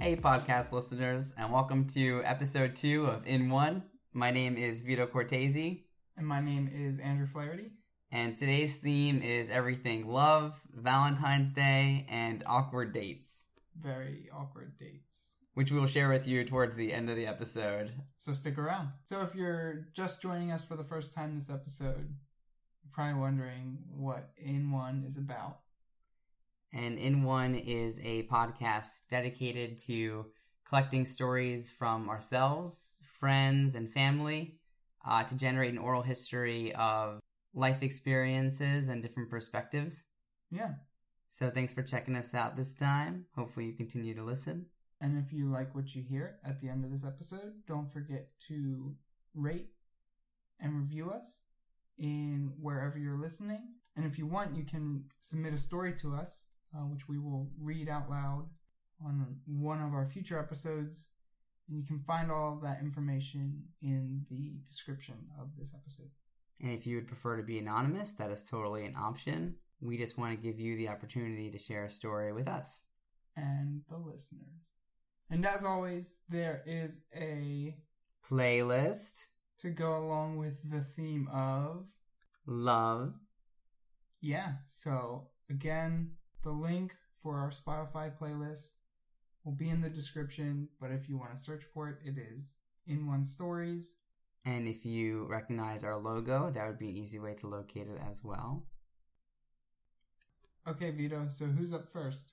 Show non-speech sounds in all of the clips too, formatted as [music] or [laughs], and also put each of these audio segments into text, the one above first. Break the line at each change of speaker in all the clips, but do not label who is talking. Hey, podcast listeners, and welcome to episode two of In One. My name is Vito Cortese,
And my name is Andrew Flaherty.
and today's theme is everything love, Valentine's Day, and awkward dates,
Very awkward dates.
which we will share with you towards the end of the episode.
So stick around. So if you're just joining us for the first time this episode, you're probably wondering what In One is about.
And In One is a podcast dedicated to collecting stories from ourselves, friends, and family uh, to generate an oral history of life experiences and different perspectives.
Yeah.
So thanks for checking us out this time. Hopefully you continue to listen.
And if you like what you hear at the end of this episode, don't forget to rate and review us in wherever you're listening. And if you want, you can submit a story to us, uh, which we will read out loud on one of our future episodes. And you can find all that information in the description of this episode.
And if you would prefer to be anonymous, that is totally an option. We just want to give you the opportunity to share a story with us.
and the listeners. And as always, there is a
Playlist
to go along with the theme of
love
yeah. So again, the link for our Spotify playlist will be in the description, but if you want to search for it, it is in one stories.
and if you recognize our logo, that would be an easy way to locate it as well.
Okay, Vito. So who's up first?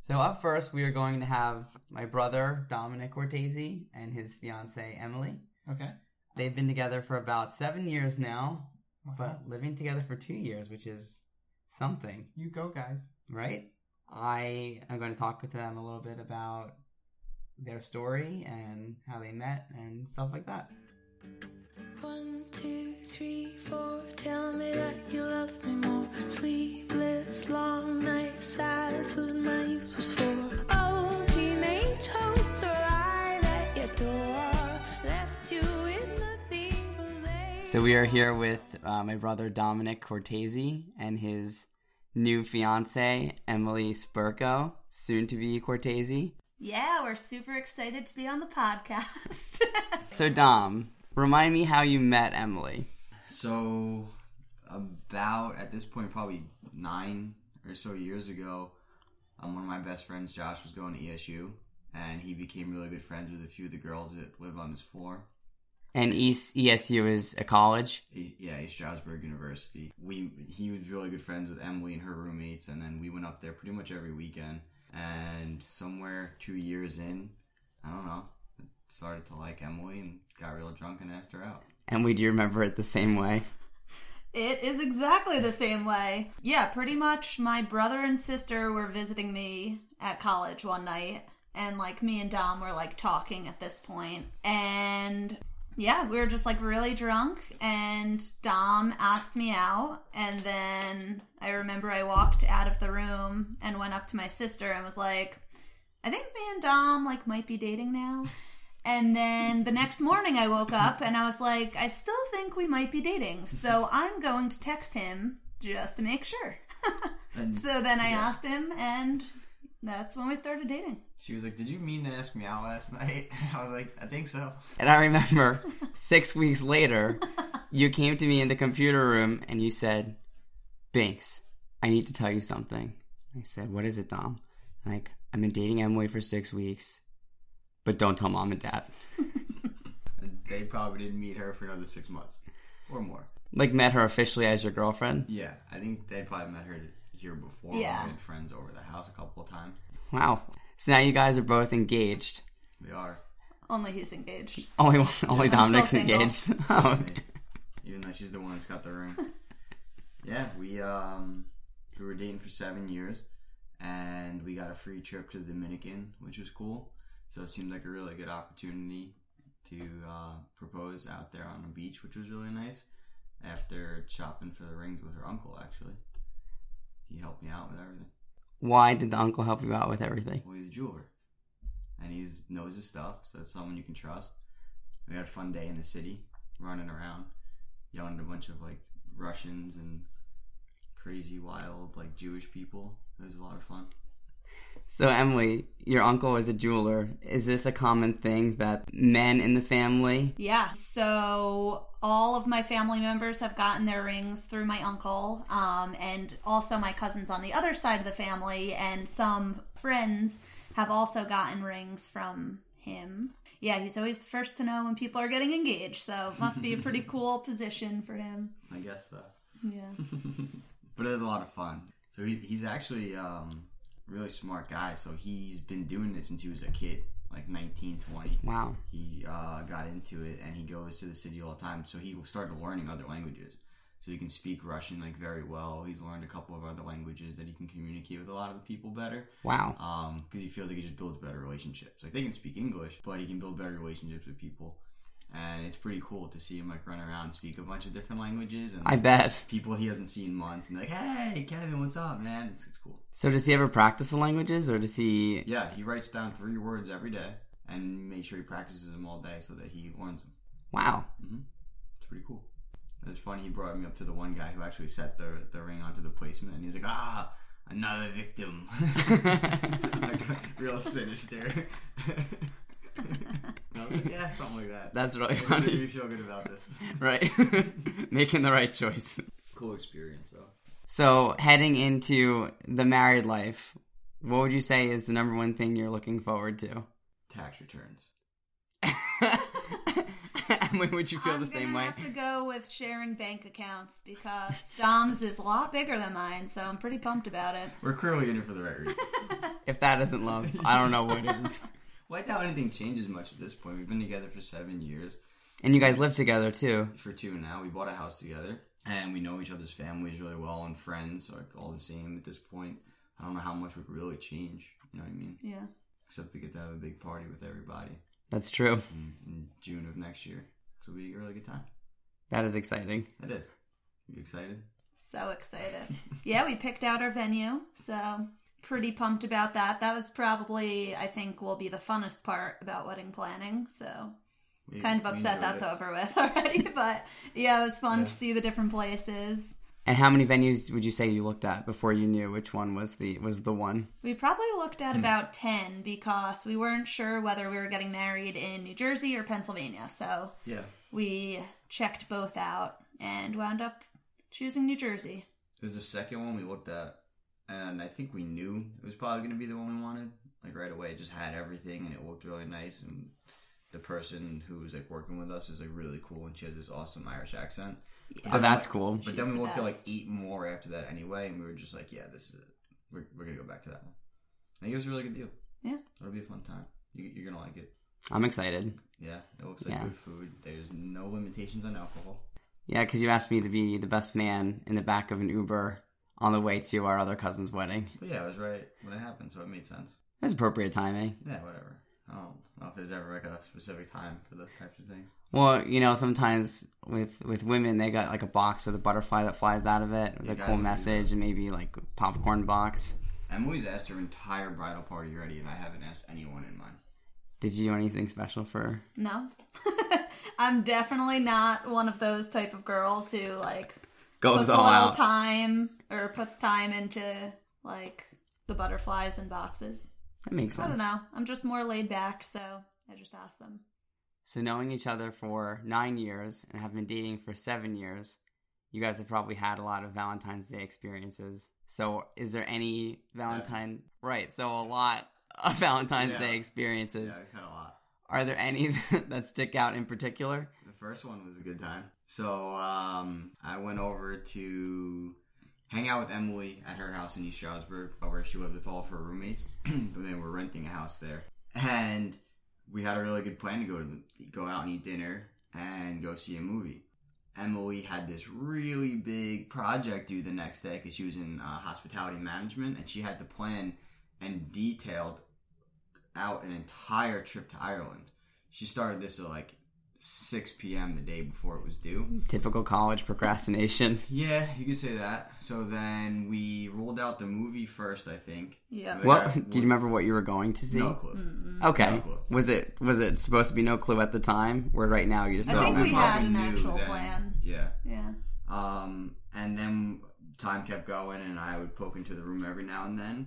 So up first, we are going to have my brother Dominic Cortese and his fiancee Emily.
Okay.
They've been together for about 7 years now,
Wow.
but living together for 2 years, which is something.
you go, guys.
right? I am going to talk with them a little bit about their story and how they met and stuff like that.
One, two, three, four. Tell me that you love me more. Sleepless, long nights. That is what my youth was for. Oh, teenage hopes arrive at your door. Left you with nothing but they.
So we are here with uh, my brother Dominic Cortese and his new fiance Emily Spurko, soon to be Cortese.
Yeah, we're super excited to be on the podcast. [laughs]
So Dom, remind me how you met Emily.
So, about at this point, probably nine or so years ago, um, one of my best friends, Josh, was going to ESU, and he became really good friends with a few of the girls that live on his floor.
And E East ESU is a college.
He, yeah, East Stroudsburg University. We he was really good friends with Emily and her roommates, and then we went up there pretty much every weekend. And somewhere two years in, I don't know, started to like Emily and got real drunk and asked her out.
And we do remember it the same way.
it is exactly the same way. Yeah, pretty much my brother and sister were visiting me at college one night, and like me and Dom were like talking at this point, and yeah, we were just like really drunk, and Dom asked me out, and then I remember I walked out of the room and went up to my sister and was like, I think me and Dom like might be dating now. And then the next morning I woke up and I was like, I still think we might be dating. So I'm going to text him just to make sure. [laughs]
And
so then I
Yeah.
asked him and that's when we started dating.
she was like, "Did you mean to ask me out last [laughs] night?" I was like, "I think so."
And I remember six weeks later, you came to me in the computer room and you said, Binks, I need to tell you something. I said, What is it, Dom? Like, I've been dating Emily for six weeks, but don't tell mom and dad.
And they probably didn't meet her for another six months or more.
Like, met her officially as your girlfriend.
Yeah, I think they probably met her here before.
Yeah.
we had friends over the house a couple of times.
Wow. So now you guys are both engaged.
They are,
Only he's engaged.
Only, only
still
Dominic's
single.
engaged. [laughs] Oh,
even though she's the one that's got the ring. yeah, we um we were dating for seven years, and we got a free trip to the Dominican, which was cool. So it seemed like a really good opportunity to uh, propose out there on the beach, which was really nice. After shopping for the rings with her uncle, actually, he helped me out with everything.
Why did the uncle help you out with everything?
Well, he's a jeweler, and he knows his stuff, so that's someone you can trust. We had a fun day in the city, running around, yelling at a bunch of like Russians and crazy, wild, like Jewish people. It was a lot of fun.
So, Emily, your uncle is a jeweler. Is this a common thing that men in the family?
Yeah. So all of my family members have gotten their rings through my uncle, um, and also my cousins on the other side of the family, and some friends have also gotten rings from him. Yeah, he's always the first to know when people are getting engaged, so it must be a [laughs] pretty cool position for him.
I guess so.
Yeah.
but it is a lot of fun. So he's he's actually um, a really smart guy. So he's been doing it since he was a kid, like 19, 20.
Wow.
He uh, got into it, and he goes to the city all the time. So he started learning other languages. So he can speak Russian like very well. He's learned a couple of other languages that he can communicate with a lot of the people better.
Wow.
because he feels like he just builds better relationships. Like they can speak English, but he can build better relationships with people, and it's pretty cool to see him like run around and speak a bunch of different languages and
I bet.
people he hasn't seen in months and like, hey, Kevin, what's up, man? It's, it's cool.
So does he ever practice the languages or does he
Yeah, he writes down three words every day and makes sure he practices them all day so that he learns them.
Wow.
Mm-hmm. It's pretty cool. It was funny. He brought me up to the one guy who actually set the the ring onto the placement, and he's like, ah, another victim. [laughs] like, real sinister. [laughs] I was like, yeah, something like that.
That's really
That's funny.
funny.
You feel good about this.
Right. [laughs] Making the right choice.
Cool experience, though.
So heading into the married life, what would you say is the number one thing you're looking forward to? [laughs]
Tax returns.
Emily, would you feel
I'm
the same
gonna
way?
have to go with sharing bank accounts because Dom's is a lot bigger than mine, so I'm pretty pumped about it.
We're clearly in it for the right reasons.
If that isn't love, I don't know what is.
Well, I doubt anything changes much at this point. We've been together for seven years,
And you guys live together too.
for two now. We bought a house together, and we know each other's families really well, and friends are all the same at this point. I don't know how much would really change. You know what I mean?
Yeah.
Except we get to have a big party with everybody
That's true.
in, in June of next year. So it'll be a really good time.
That is exciting.
It is. You excited?
So excited. yeah, we picked out our venue, so pretty pumped about that. That was probably, I think, will be the funnest part about wedding planning, so
We,
kind of
we
upset
enjoyed
that's
it.
over with [laughs] already, but yeah, it was fun to
Yeah.
see the different places.
And how many venues would you say you looked at before you knew which one was the was the one?
We probably looked
Hmm.
at about 10 because we weren't sure whether we were getting married in New Jersey or Pennsylvania, so
Yeah.
we checked both out and wound up choosing New Jersey.
It was the second one we looked at, and I think we knew it was probably going to be the one we wanted. Like right away, it just had everything, and it looked really nice. And the person who was like working with us is like really cool, and she has this awesome Irish accent.
Oh, that's cool.
But
She's
then we
the
looked at like
best.
eight more after that anyway, and we were just like, yeah, this is it. We're, we're gonna go back to that one. I think it was a really good deal.
Yeah.
It'll be a fun time. You, you're gonna like it.
I'm excited.
Yeah, it looks like
Yeah.
good food. There's no limitations on alcohol.
Yeah, because you asked me to be the best man in the back of an Uber on the way to our other cousin's wedding.
But yeah, I was right when it happened, so it made sense.
It was appropriate timing.
Yeah, whatever. I don't know if there's ever like a specific time for those types of things.
Well, you know, sometimes with with women, they got like a box with a butterfly that flies out of it with
You
a
guys
cool
would do
message and maybe like popcorn box.
Emily's asked her entire bridal party already, and I haven't asked anyone in mine.
Did you do anything special for?
No. [laughs] I'm definitely not one of those type of girls who like
Goes
puts a
Oh, all
little
out.
time or puts time into like the butterflies and boxes.
That makes
I don't
sense.
know. I'm just more laid back, so I just ask them.
So knowing each other for nine years and have been dating for seven years, you guys have probably had a lot of Valentine's Day experiences. So is there any Valentine right, so a lot of Valentine's
Yeah.
Day
Yeah,
experiences.
I've had a lot.
Are there any [laughs] that stick out in particular?
The first one was a good time. So um, I went over to hang out with Emily at her house in East Stroudsburg, where she lived with all of her roommates. [clears throat] and they were renting a house there, and we had a really good plan to go to the, go out and eat dinner and go see a movie. Emily had this really big project due the next day because she was in uh, hospitality management, and she had to plan and detailed out an entire trip to Ireland. She started this at like 6 p.m. the day before it was due.
Typical college procrastination.
Yeah, you could say that. So then we rolled out the movie first, I think.
[laughs] Yeah.
Like, I-
What do you remember what you were going to see?
No clue.
Hmm.
Okay.
No clue.
Was it was it supposed to be no clue at the time? Where right now you just
I
don't
think we
remember.
had an
knew
actual
then.
plan.
Yeah.
Yeah.
Um, and then time kept going, and I would poke into the room every now and then.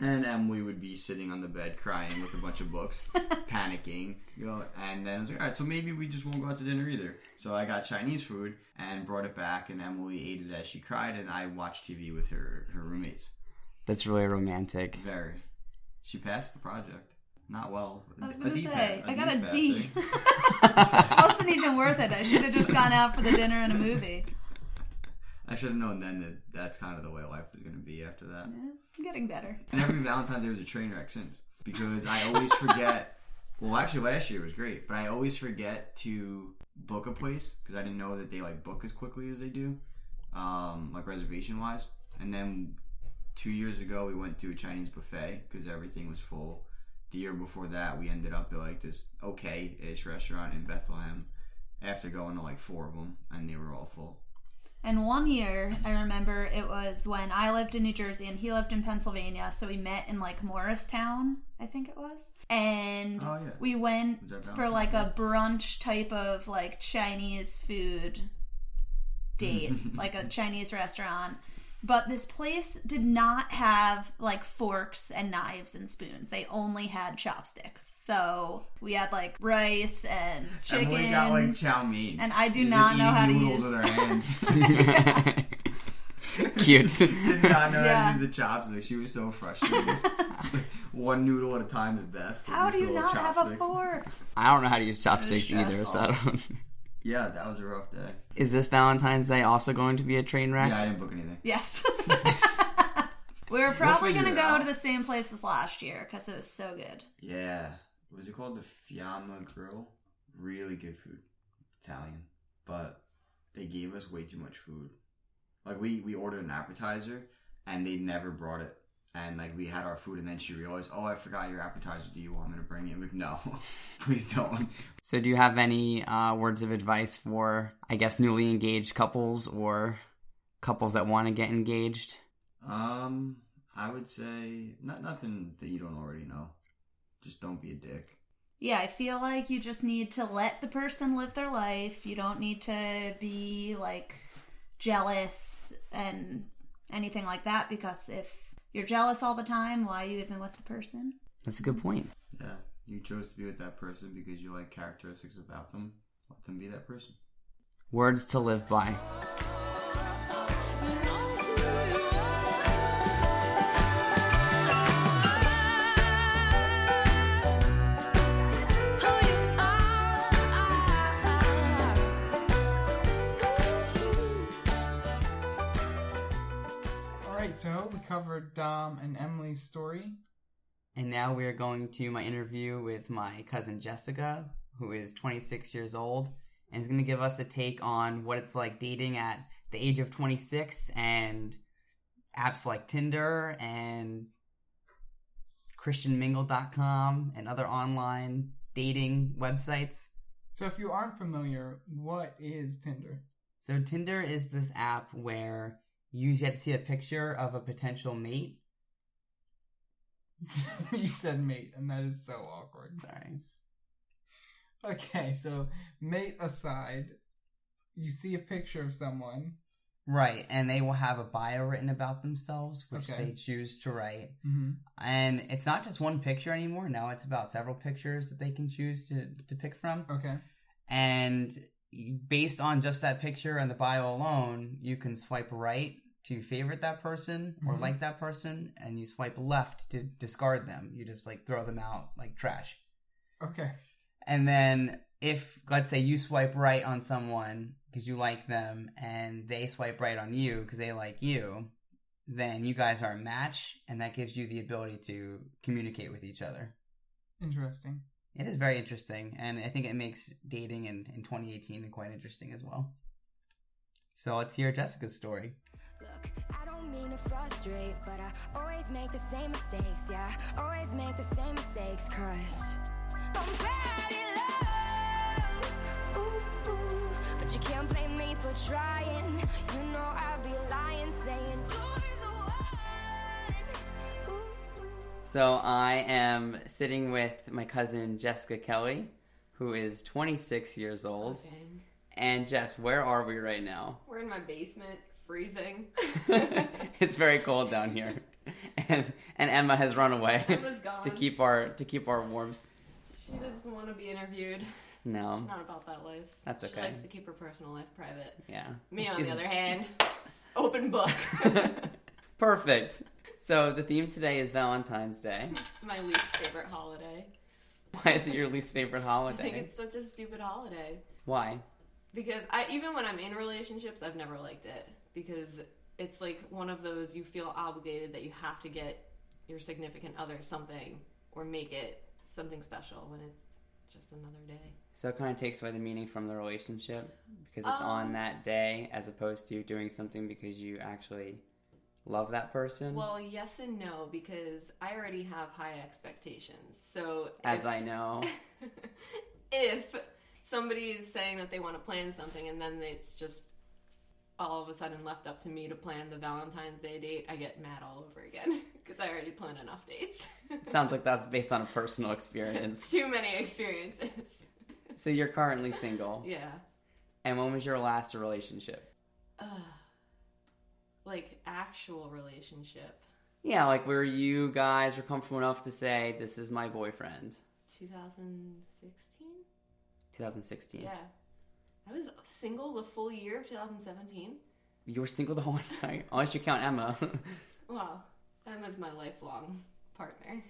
And Emily would be sitting on the bed crying with a bunch of
[laughs]
books, panicking. You know, and then I was like, all right, so maybe we just won't go out to dinner either. So I got Chinese food and brought it back, and Emily ate it as she cried, and I watched TV with her, her roommates.
That's really romantic.
[laughs]
[laughs]
Very. She passed the project. Not well.
I was
A
gonna
D
say,
pass-
I got a [laughs]
pass,
D.
eh?
wasn't even worth it. I should have just gone out for the dinner and a movie.
I should have known then that that's kind of the way life was going to be after that.
Yeah, I'm getting better.
And every Valentine's Day was a train wreck since because I always forget. well, actually, last year was great, but I always forget to book a place because I didn't know that they like book as quickly as they do, um, like reservation wise. And then two years ago, we went to a Chinese buffet because everything was full. The year before that, we ended up at like this okay ish restaurant in Bethlehem after going to like four of them, and they were all full.
And one year, I remember it was when I lived in New Jersey and he lived in Pennsylvania. So we met in like Morristown, I think it was. And
Oh, yeah.
we
Was that
went for
Valentine's
like a brunch type of like Chinese food
[laughs]
date, like a Chinese restaurant. But this place did not have like forks and knives and spoons. They only had chopsticks. So we had like rice and chicken.
Emily
[laughs]
got like chow mein,
And I do
She's,
not
like,
know
eating
how to
noodles
use-
with
[laughs]
her hands.
Cute.
did not know
Yeah.
how to use the chopsticks. She was so frustrated.
[laughs]
It's like, one noodle at a time is best.
How
Use
do
the
you
little
not have a
chopsticks.
fork?
I don't know how to use chopsticks either, so I
stressful.
don't.
Yeah, that was a rough day.
[laughs] Is this Valentine's Day also going to be a train wreck?
Yeah, I didn't book anything. [laughs]
Yes. [laughs] we were probably
figure
going to
it
go
out.
to the same place as last year because it was so good.
Yeah. Was it called the Fiamma Grill? Really good food. Italian. But they gave us way too much food. Like we, we ordered an appetizer and they never brought it. And like we had our food and then she realized, Oh, I forgot your appetizer, do you want me to bring it? I'm like, No, [laughs] please don't.
So, do you have any uh, words of advice for, I guess, newly engaged couples or couples that want to get engaged?
Um, I would say not nothing that you don't already know. Just don't be a dick.
Yeah, I feel like you just need to let the person live their life. You don't need to be like jealous and anything like that because if you're jealous all the time, why are you even with the person?
That's a good point.
Yeah, you chose to be with that person because you like characteristics about them. Let them be that person.
Words to live by.
Oh, ah,
All right, so we covered Dom and Emily's story.
And now we are going to my interview with my cousin Jessica, who is 26 years old, and is going to give us a take on what it's like dating at the age of 26 and apps like Tinder and ChristianMingle.com and other online dating websites.
So if you aren't familiar, what is Tinder? [laughs]
So Tinder is this app where you get to see a picture of a potential mate.
you said mate, and that is so awkward.
Sorry.
Okay, so mate aside, you see a picture of someone.
Right, and they will have a bio written about themselves, which
Okay.
they choose to write.
Mm-hmm.
And it's not just one picture anymore. Now it's about several pictures that they can choose to, to pick from.
Okay.
And based on just that picture and the bio alone, you can swipe right to favorite that person or
Mhm.
like that person, and you swipe left to discard them. You just like throw them out like trash.
Okay.
And then if let's say you swipe right on someone because you like them, and they swipe right on you because they like you, then you guys are a match, and that gives you the ability to communicate with each other.
Interesting.
It is very interesting, and I think it makes dating in, in 2018 quite interesting as well. So let's hear Jessica's story.
Look, I don't mean to frustrate, but I always make the same mistakes. Yeah, always make the same mistakes, cause I'm bad at love. Ooh, ooh, but you can't blame me for trying. You know I'd be lying, saying you're the one. Ooh, ooh.
So I am sitting with my cousin Jessica Kelly, who is 26 years old.
Dang.
And Jess, where are we right now? [laughs]
We're in my basement, freezing. [laughs]
it's very cold down here. and, and Emma has run away
[laughs] Emma's gone.
to keep our to keep our warmth.
She doesn't want to be interviewed.
No,
She's not about that life.
That's
She
okay.
likes to keep her personal life private.
yeah.
Me, on
She's-
the other hand, [laughs] open book. [laughs]
[laughs] Perfect. So the theme today is Valentine's
[laughs]
Day.
My least favorite holiday.
Why is it your least favorite
I think
holiday?
it's such a stupid holiday
Why?
because I even when I'm in relationships, I've never liked it because it's like one of those you feel obligated that you have to get your significant other something or make it something special when it's just another day.
So it kind of takes away the meaning from the relationship because it's on
Um,
that day as opposed to doing something because you actually love that person.
Well, yes and no because I already have high expectations. So
as
if-
I know,
if somebody is saying that they want to plan something and then it's just all of a sudden left up to me to plan the Valentine's Day date, I get mad all over again [laughs] because I already plan enough dates. [laughs]
it sounds like that's based on a personal experience.
Too many
[laughs]
experiences.
so you're currently single.
yeah.
And when was your last relationship?
Ugh. like actual relationship.
Yeah, like where you guys were comfortable enough to say, this is my boyfriend.
2016?
2016.
Yeah. I was single the full year of 2017.
You were single the whole time, unless you count Emma.
Wow. Emma's my lifelong partner.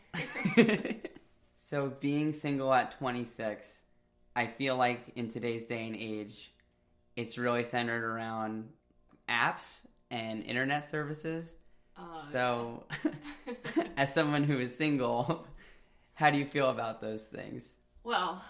so being single at 26, I feel like in today's day and age, it's really centered around apps and internet services.
Uh,
so, [laughs] as someone who is single, how do you feel about those things?
Well,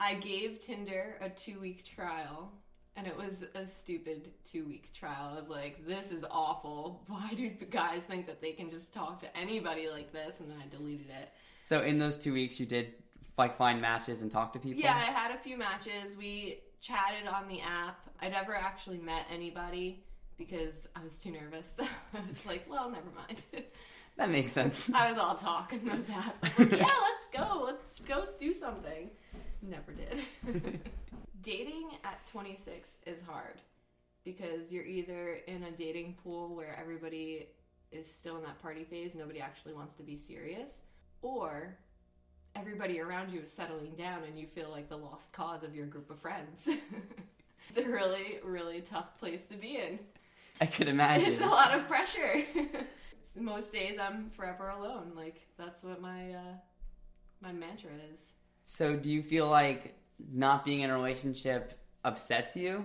I gave Tinder a two week trial, and it was a stupid two week trial. I was like, this is awful. Why do the guys think that they can just talk to anybody like this? And then I deleted it.
So in those two weeks, you did like find matches and talk to people.
Yeah, I had a few matches. We chatted on the app. I never actually met anybody because I was too nervous. [laughs] I was like, well, never mind. [laughs]
that makes sense.
I was all talk in those apps. I was like, yeah, let's go. Let's go do something. Never did. [laughs] dating at 26 is hard because you're either in a dating pool where everybody is still in that party phase, nobody actually wants to be serious, or everybody around you is settling down and you feel like the lost cause of your group of friends. [laughs] it's a really, really tough place to be in.
I could imagine.
It's a lot of pressure. [laughs] Most days I'm forever alone. Like that's what my uh, my mantra is.
So do you feel like not being in a relationship upsets you?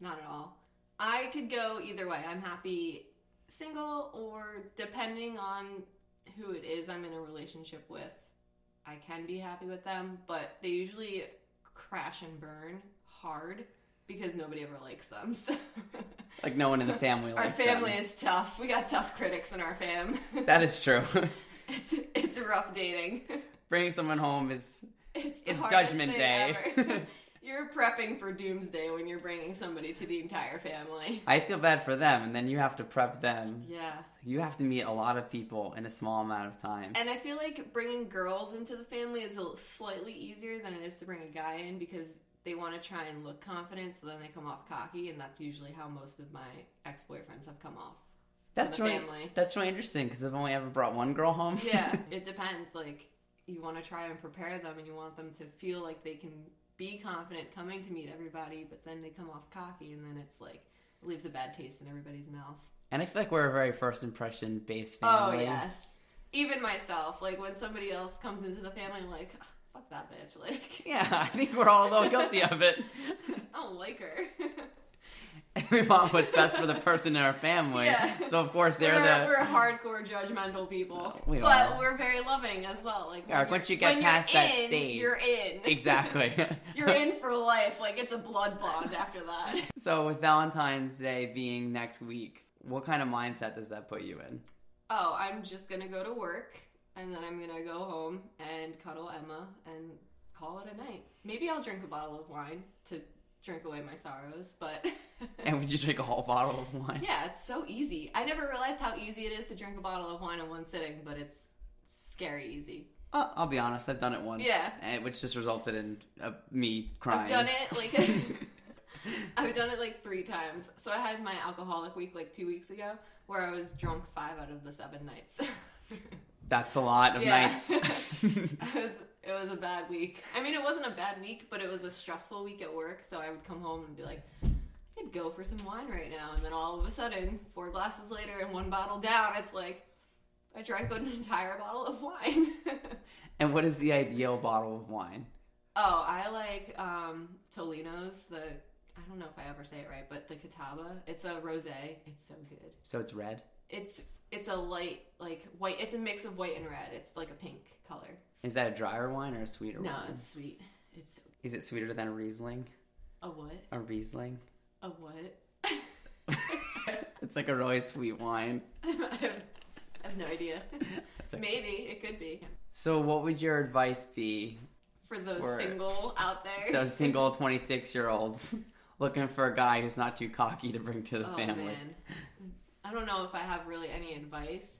Not at all. I could go either way. I'm happy single or depending on who it is I'm in a relationship with. I can be happy with them, but they usually crash and burn hard because nobody ever likes them. [laughs] So
Like no one in the family
[laughs] our
likes
family
them.
is tough. We got tough critics in our fam. [laughs]
That is true. [laughs]
it's it's rough dating. [laughs]
Bringing someone home is
It's, the
It's
hardest
Judgment
thing
Day.
ever. [laughs] you're prepping for doomsday when you're bringing somebody to the entire family.
I feel bad for them and then you have to prep them.
Yeah.
You have to meet a lot of people in a small amount of time.
And I feel like bringing girls into the family is a little- slightly easier than it is to bring a guy in because they want to try and look confident, so then they come off cocky, and that's usually how most of my ex boyfriends have come
[laughs]
off.
that's
the
really
family.
that's really interesting because I've only ever brought one girl home.
Yeah, it depends. Like, you want to try and prepare them, and you want them to feel like they can be confident coming to meet everybody, but then they come off cocky, and then it's like it leaves a bad taste in everybody's mouth.
[laughs] and I feel like we're a very first impression based
Oh
family.
yes, even myself. Like when somebody else comes into the family, I'm like, "Ugh, fuck that bitch. [laughs] Like,
Yeah, [laughs] I think we're all a little guilty of it.
I don't like her.
[laughs] we want what's best for the person in our family.
Yeah.
So of course [laughs] they're
we're,
the Oh,
we're hardcore judgmental people,
We
but
are.
we're very loving as well. Like,
Yeah,
when
once
you're-
you get
when
past
you're
that
in,
stage.
you're in. [laughs]
Exactly.
You're in for life. Like it's a blood bond after that. [laughs]
so with Valentine's Day being next week, what kind of mindset does that put you in?
Oh, I'm just gonna go to work and then I'm gonna go home and cuddle Emma and call it a night. Maybe I'll drink a bottle of wine to drink away my sorrows, but [laughs]
And would you drink a whole bottle of wine?
yeah, it's so easy. I never realized how easy it is to drink a bottle of wine in one sitting, but it's scary easy.
Uh, I'll be honest, I've done it once,
Yeah.
and, which just resulted in uh, me crying.
I've done it like [laughs] I've done it like three times. So I had my alcoholic week like two weeks ago where I was drunk five out of the seven nights.
[laughs]
[laughs]
That's a lot of
Yeah.
nights. [laughs]
I was it was a bad week. I mean, it wasn't a bad week, but it was a stressful week at work. So I would come home and be like, I could go for some wine right now. And then all of a sudden, four glasses later and one bottle down, it's like I drank an entire bottle of wine. [laughs]
and what is the ideal bottle of wine?
oh, I like um, Tolino's. The I don't know if I ever say it right, but the Catawba. It's a rosé. It's so good.
So it's red.
It's it's a light like white. It's a mix of white and red. It's like a pink color.
Is that a drier wine or a sweeter
No,
wine?
it's sweet. It's so-
Is it sweeter than a Riesling?
a what?
A Riesling?
A what? [laughs]
It's like a really sweet wine.
I have no idea.
okay.
Maybe it could be
So, what would your advice be
for those
Or-
single out there. [laughs]
those single 26 year olds looking for a guy who's not too cocky to bring to the
oh,
family?
Man. I don't know if I have really any advice,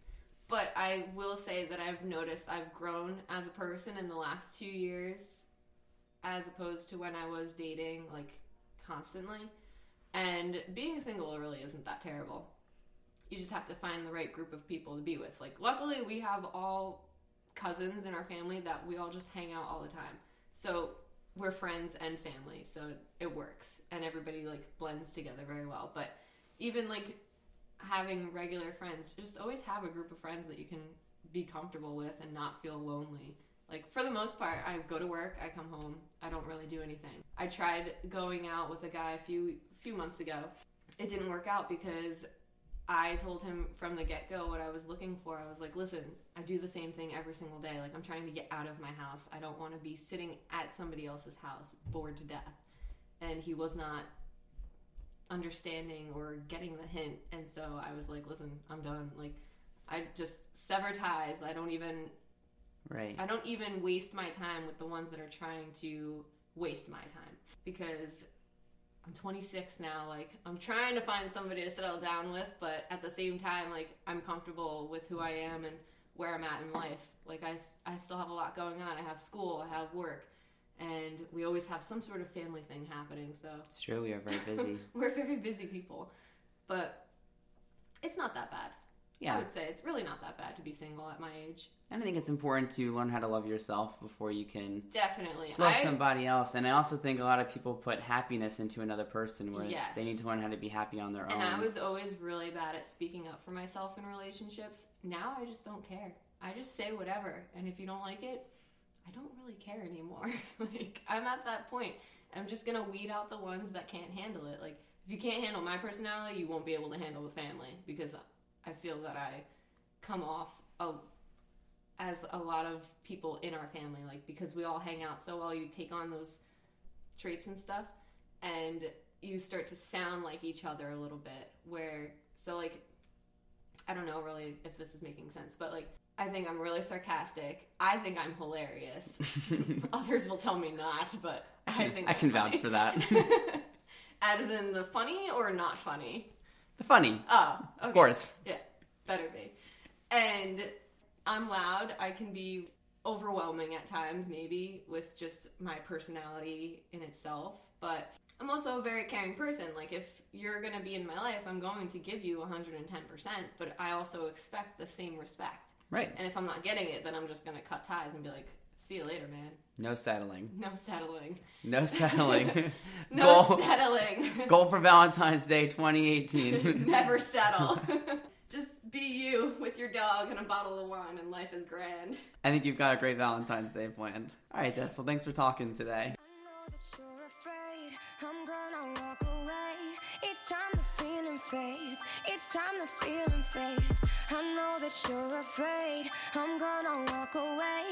but I will say that I've noticed I've grown as a person in the last two years, as opposed to when I was dating like constantly. And being single really isn't that terrible. You just have to find the right group of people to be with. Like, luckily, we have all cousins in our family that we all just hang out all the time. So we're friends and family, so it, it works, and everybody like blends together very well. But even like having regular friends, just always have a group of friends that you can be comfortable with and not feel lonely. Like for the most part, I go to work, I come home, I don't really do anything. I tried going out with a guy a few few months ago. It didn't work out because I told him from the get go what I was looking for. I was like, listen, I do the same thing every single day. Like, I'm trying to get out of my house. I don't want to be sitting at somebody else's house, bored to death. And he was not understanding or getting the hint. And so I was like, listen, I'm done. Like, I just sever ties. I don't even
Right.
I don't even waste my time with the ones that are trying to waste my time because I'm 26 now. Like, I'm trying to find somebody to settle down with, but at the same time, like, I'm comfortable with who I am and where I'm at in life. Like, I, s- I still have a lot going on. I have school, I have work, and we always have some sort of family thing happening. So,
It's true, we are very busy.
[laughs] we're very busy people, but it's not that bad. I
Yeah.
would say it's really not that bad to be single at my age.
And I think it's important to learn how to love yourself before you can
Definitely.
love
I-
somebody else. And I also think a lot of people put happiness into another person where
Yes.
they need to learn how to be happy on their
And
own.
I was always really bad at speaking up for myself in relationships. Now I just don't care. I just say whatever. And if you don't like it, I don't really care anymore. [laughs] like, I'm at that point. I'm just going to weed out the ones that can't handle it. Like, if you can't handle my personality, you won't be able to handle the family because I feel that I come off a, as a lot of people in our family. Like, because we all hang out so well, you take on those traits and stuff and you start to sound like each other a little bit where so like i don't know really if this is making sense but like i think i'm really sarcastic i think i'm
[laughs]
hilarious others will tell me not but i think
I
I'm
can vouch
funny.
for
[laughs]
that.
as in the funny or not funny
the funny,
oh okay.
of course.
Yeah, better be. And I'm loud. I can be overwhelming at times, maybe, with just my personality in itself. But I'm also a very caring person. Like, if you're going to be in my life, I'm going to give you 110%, but I also expect the same respect.
Right.
And if I'm not getting it, then I'm just going to cut ties and be like, see you later, man.
No settling.
No settling.
No settling.
[laughs] No
Goal-
settling.
[laughs] Goal for Valentine's Day 2018.
[laughs] Never settle. [laughs] just be you with your dog and a bottle of wine, and life is grand.
I think you've got a great Valentine's Day planned. All right, Jess. Well, thanks for talking today.
I know that you're afraid. I'm gonna walk away. It's time to feel and face. It's time to feel and face. I know that you're afraid. I'm gonna walk away.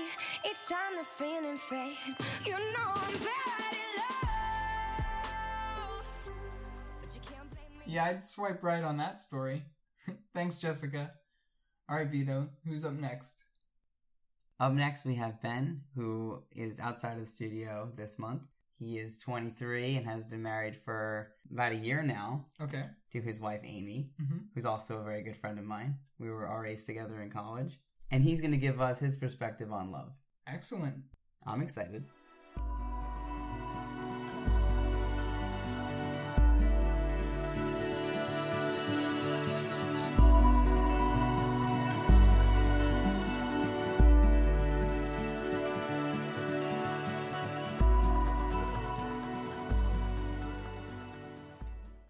It's time to feel and face. You know I'm bad at love, but you can't blame me.
Yeah, I'd swipe right on that story. [laughs] Thanks, Jessica. All right, Vito, who's up next?
Up next, we have Ben, who is outside of the studio this month. He is 23 and has been married for about a year now
Okay.
to his wife, Amy,
Mhm.
who's also a very good friend of mine. We were RAs together in college. And he's going to give us his perspective on love.
Excellent.
I'm excited.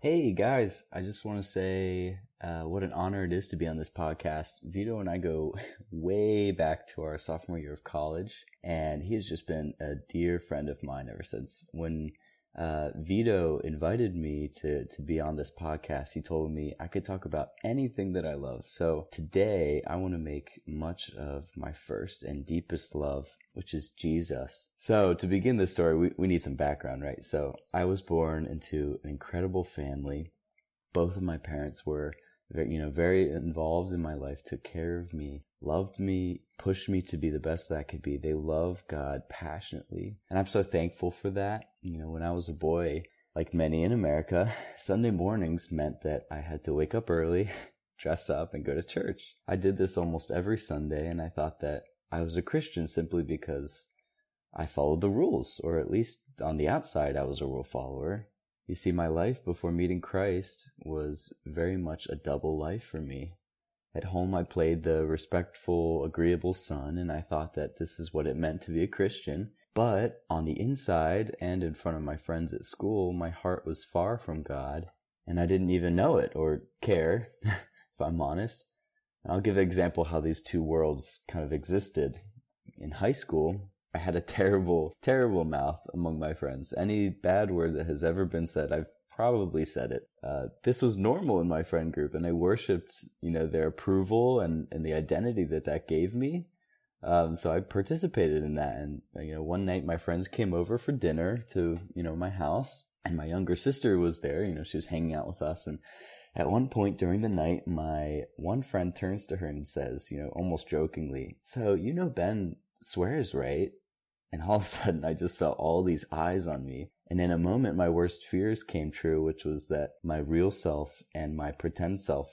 Hey guys, I just want to say uh, what an honor it is to be on this podcast. Vito and I go [laughs] way back to our sophomore year of college, and he has just been a dear friend of mine ever since. When uh, Vito invited me to, to be on this podcast, he told me I could talk about anything that I love. So today I want to make much of my first and deepest love, which is Jesus. So to begin this story, we, we need some background, right? So I was born into an incredible family. Both of my parents were, ve- you know, very involved in my life, took care of me, loved me, pushed me to be the best that I could be. They love God passionately. And I'm so thankful for that. You know, when I was a boy, like many in America, [laughs] Sunday mornings meant that I had to wake up early, [laughs] dress up, and go to church. I did this almost every Sunday, and I thought that I was a Christian simply because I followed the rules, or at least on the outside, I was a rule follower. You see, my life before meeting Christ was very much a double life for me. At home, I played the respectful, agreeable son, and I thought that this is what it meant to be a Christian. But on the inside and in front of my friends at school, my heart was far from God, and I didn't even know it or care, [laughs] if I'm honest. I'll give an example how these two worlds kind of existed. In high school, I had a terrible, terrible mouth among my friends. Any bad word that has ever been said, I've probably said it. Uh, this was normal in my friend group, and I worshipped, you know, their approval and, and the identity that that gave me. Um, so I participated in that. And, uh, you know, one night my friends came over for dinner to, you know, my house and my younger sister was there. You know, she was hanging out with us. And at one point during the night, my one friend turns to her and says, you know, almost jokingly, so, you know, Ben swears, right? And all of a sudden, I just felt all these eyes on me. And in a moment, my worst fears came true, which was that my real self and my pretend self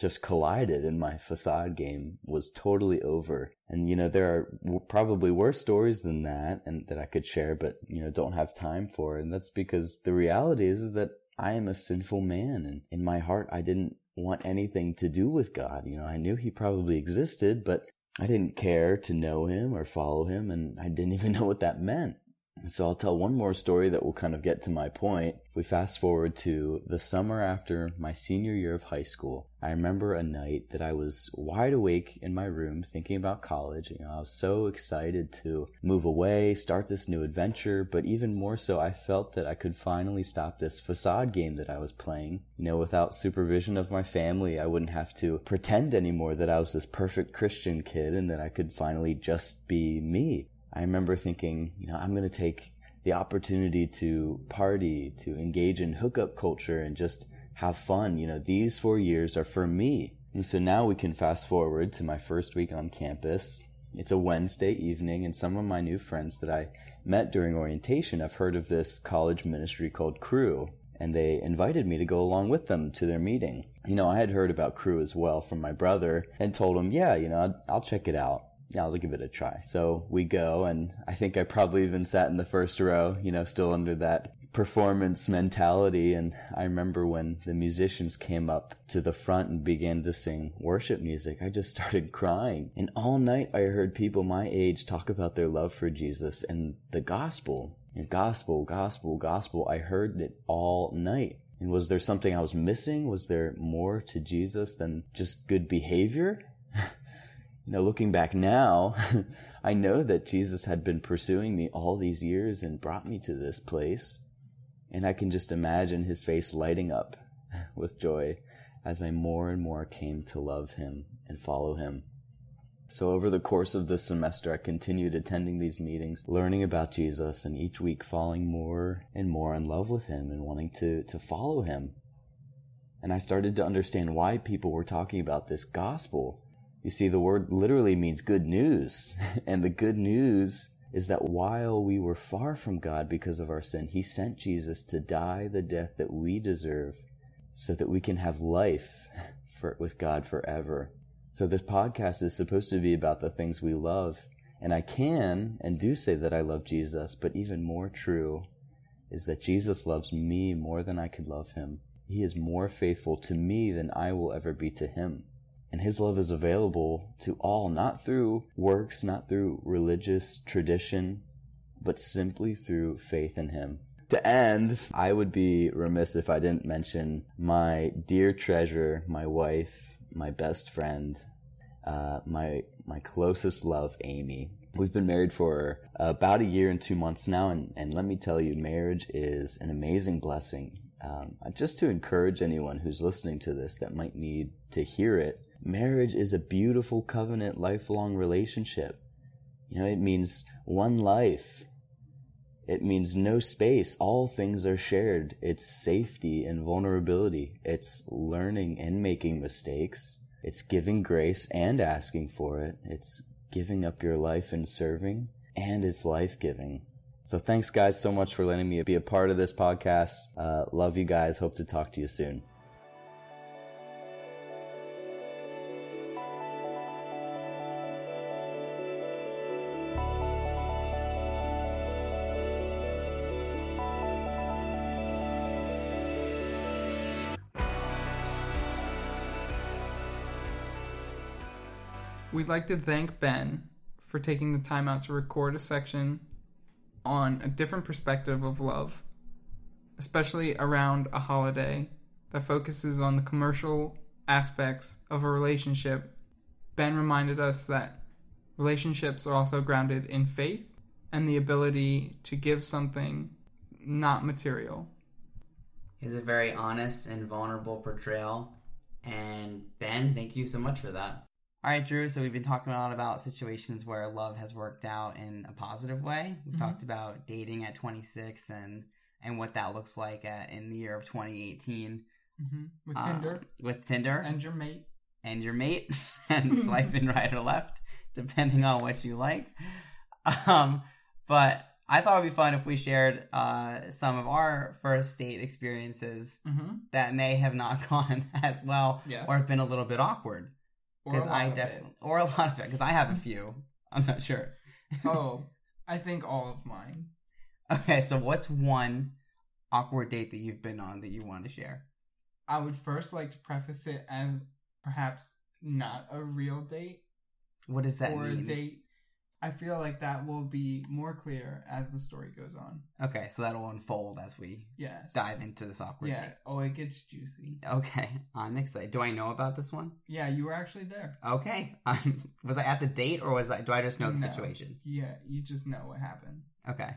just collided and my facade game was totally over. And you know, there are w- probably worse stories than that and that I could share, but you know, don't have time for. And that's because the reality is, is that I am a sinful man and in my heart, I didn't want anything to do with God. You know, I knew he probably existed, but I didn't care to know him or follow him. And I didn't even [laughs] know what that meant. And so I'll tell one more story that will kind of get to my point. If we fast forward to the summer after my senior year of high school, I remember a night that I was wide awake in my room thinking about college. You know, I was so excited to move away, start this new adventure, but even more so, I felt that I could finally stop this facade game that I was playing. You know, without supervision of my family, I wouldn't have to pretend anymore that I was this perfect Christian kid and that I could finally just be me. I remember thinking, you know, I'm going to take the opportunity to party, to engage in hookup culture and just have fun. You know, these four years are for me. And so now we can fast forward to my first week on campus. It's a Wednesday evening, and some of my new friends that I met during orientation have heard of this college ministry called Crew, and they invited me to go along with them to their meeting. You know, I had heard about Crew as well from my brother and told him, yeah, you know, I'll- I'll check it out yeah, I'll give it a try. So we go, and I think I probably even sat in the first row, you know, still under that performance mentality. And I remember when the musicians came up to the front and began to sing worship music, I just started crying. And all night I heard people my age talk about their love for Jesus and the gospel. And gospel, gospel, gospel. I heard it all night. And was there something I was missing? Was there more to Jesus than just good behavior? [laughs] you know, looking back now, [laughs] I know that Jesus had been pursuing me all these years and brought me to this place. And I can just imagine his face lighting up [laughs] with joy as I more and more came to love him and follow him. So over the course of this semester, I continued attending these meetings, learning about Jesus, and each week falling more and more in love with him and wanting to, to follow him. And I started to understand why people were talking about this gospel you see, the word literally means good news. [laughs] and the good news is that while we were far from God because of our sin, He sent Jesus to die the death that we deserve so that we can have life [laughs] for, with God forever. So this podcast is supposed to be about the things we love. And I can and do say that I love Jesus, but even more true is that Jesus loves me more than I could love him. He is more faithful to me than I will ever be to him. And his love is available to all, not through works, not through religious tradition, but simply through faith in him. to end, I would be remiss if I didn't mention my dear treasure, my wife, my best friend, uh, my my closest love, Amy. We've been married for about a year and two months now, and, and let me tell you, marriage is an amazing blessing. Um, just to encourage anyone who's listening to this that might need to hear it, marriage is a beautiful covenant, lifelong relationship. You know, it means one life. It means no space. All things are shared. It's safety and vulnerability. It's learning and making mistakes. It's giving grace and asking for it. It's giving up your life and serving. And it's life giving. So thanks, guys, so much for letting me be a part of this podcast. Uh, love you guys. Hope to talk to you soon.
We'd like to thank Ben for taking the time out to record a section on a different perspective of love, especially around a holiday that focuses on the commercial aspects of a relationship. Ben reminded us that relationships are also grounded in faith and the ability to give something not material.
It's a very honest and vulnerable portrayal. And Ben, thank you so much for that. All right, Drew. So we've been talking a lot about situations where love has worked out in a positive way. We've talked about dating at 26 and and what that looks like at, in the year of 2018
Mm-hmm. With
uh,
Tinder
with Tinder
and your mate.
and your mate [laughs]
[laughs]
and swiping right or left depending on what you like um, but i thought it would be fun if we shared uh, some of our first date experiences
Mm-hmm.
that may have not [laughs] gone as well
Yes.
or have been a little bit awkward
Or a
because i
lot of
definitely or a lot of it because i have a few i'm not sure
it. oh, I think all of mine.
okay so what's one awkward date that you've been on that you want to share
I would first like to preface it as perhaps not a real date
what does that
or a
mean
date. I feel like that will be more clear as the story goes on.
okay so that'll unfold as we
Yes.
dive into this awkward
Yeah.
date
Oh, it gets juicy.
Okay, [laughs] I'm excited. Do I know about this one?
Yeah, you were actually there.
Okay, [laughs] um, was I at the date or was I? Do I just know the
No.
situation?
Yeah, you just know what happened.
Okay,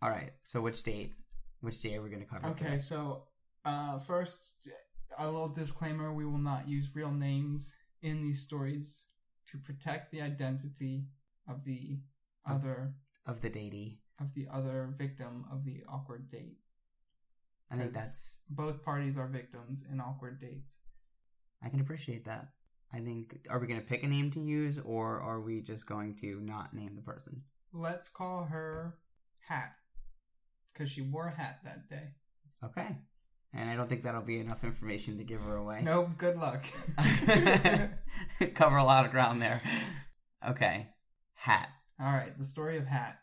all right. So which date? Which day are we going to cover?
Okay,
today?
so uh, first, a little disclaimer: we will not use real names in these stories to protect the identity of the
Of-
other
of the datey.
of the other victim of the awkward date.
I think
Yes.
that's.
both parties are victims in awkward dates.
I can appreciate that. I think. Are we going to pick a name to use, or are we just going to not name the person?
Let's call her Hat because she wore a hat that day.
Okay. And I don't think that'll be enough information to give her away.
Nope, good luck.
[laughs]
[laughs]
cover a lot of ground there. Okay, hat.
All right, the story of Hat.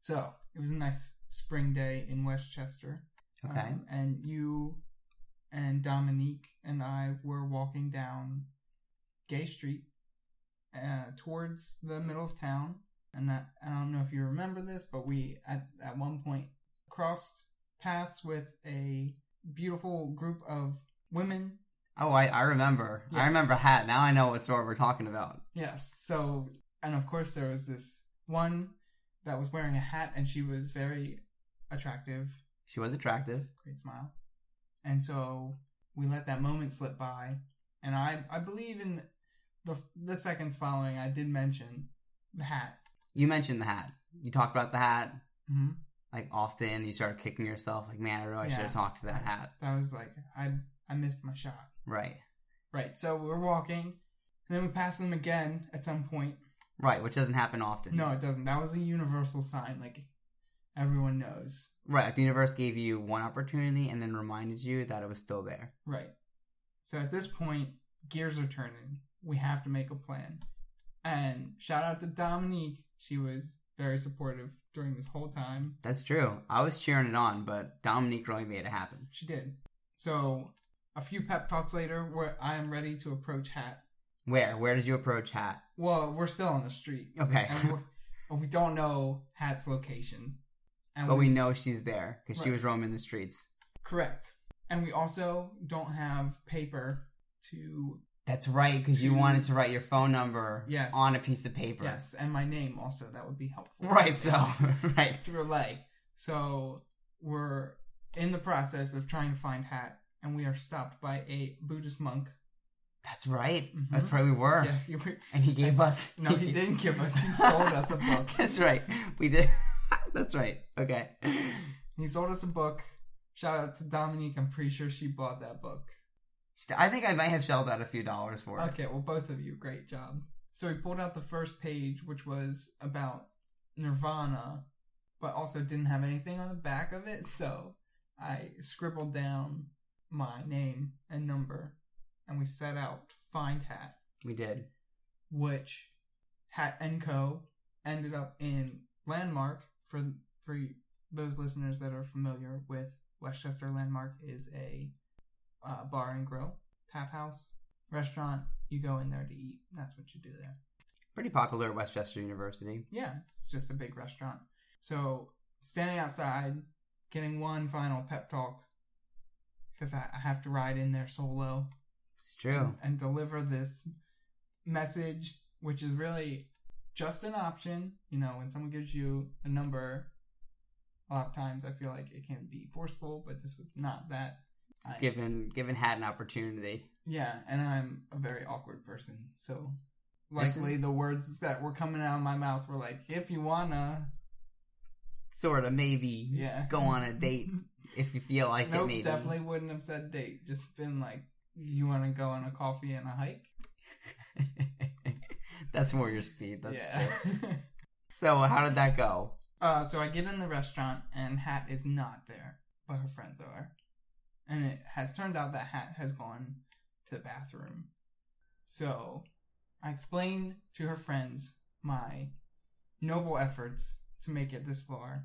So it was a nice spring day in Westchester.
Okay.
um, and you and Dominique and I were walking down Gay Street uh, towards the middle of town. And that, I don't know if you remember this, but we at, at one point crossed paths with a beautiful group of women.
Oh, I, I remember. I
Yes.
remember hat. Now I know what store we're talking about.
Yes. So, and of course, there was this one that was wearing a hat and she was very attractive
She was attractive.
great smile. And so we let that moment slip by. And I, I believe in the the seconds following, I did mention the hat.
You mentioned the hat. You talked about the hat
Mm-hmm.
like often. You started kicking yourself like, man, I really
Yeah.
should have talked to that hat.
That was like I I missed my shot.
Right,
Right. So we're walking, and then we pass them again at some point.
right, which doesn't happen often.
No, it doesn't. That was a universal sign. Like everyone knows.
right. Like the universe gave you one opportunity and then reminded you that it was still there.
Right. So at this point, gears are turning. We have to make a plan. And shout out to Dominique. She was very supportive during this whole time.
That's true. I was cheering it on, but Dominique really made it happen.
She did. So a few pep talks later, where I am ready to approach Hat.
Where? Where did you approach hat?
Well, we're still on the street,
Okay.
and, we're, and we don't know Hat's location. And
but we know she's there because she
Right.
was roaming the streets.
correct. And we also don't have paper to
That's right, because you
To-
wanted to write your phone number
Yes.
on a piece of paper.
yes, and my name also. That would be helpful.
Right, so, [laughs] right.
to relay. So we're in the process of trying to find Hat, and we are stopped by a Buddhist monk.
That's right.
Mhm.
That's right, we were.
Yes, you were.
And he gave us.
No,
[laughs]
he didn't give us. He sold us a book.
That's right. We did. [laughs] That's right. Okay.
He sold us a book. Shout out to Dominique. I'm pretty sure she bought that book.
I think I might have shelled out a few dollars for it.
Okay, well, both of you, great job. So he pulled out the first page, which was about Nirvana, but also didn't have anything on the back of it. So I scribbled down my name and number, and we set out to find Hat,
We did.
which Hat and Co. ended up in Landmark. For for those listeners that are familiar with Westchester, Landmark is a uh, bar and grill, tap house, restaurant. You go in there to eat. That's what you do there.
Pretty popular at Westchester University.
Yeah, it's just a big restaurant. So standing outside, getting one final pep talk because I, I have to ride in there solo
It's true.
and deliver this message, which is really just an option. You know, when someone gives you a number, a lot of times I feel like it can be forceful, but this was not that.
Just
I-
giving giving Hat an opportunity.
Yeah, and I'm a very awkward person, so
This
likely
is-
the words that were coming out of my mouth were like, "If you wanna."
Sort of maybe
Yeah.
go on a
[laughs]
date if you feel like it
nope,
maybe.
definitely wouldn't have said date. Just been like, you want to go on a coffee and a hike?
[laughs] That's more your speed. That's
yeah.
fair.
[laughs]
So how did that go?
uh, so I get in the restaurant and Hat is not there, but her friends are. And it has turned out that Hat has gone to the bathroom. So I explain to her friends my noble efforts to make it this far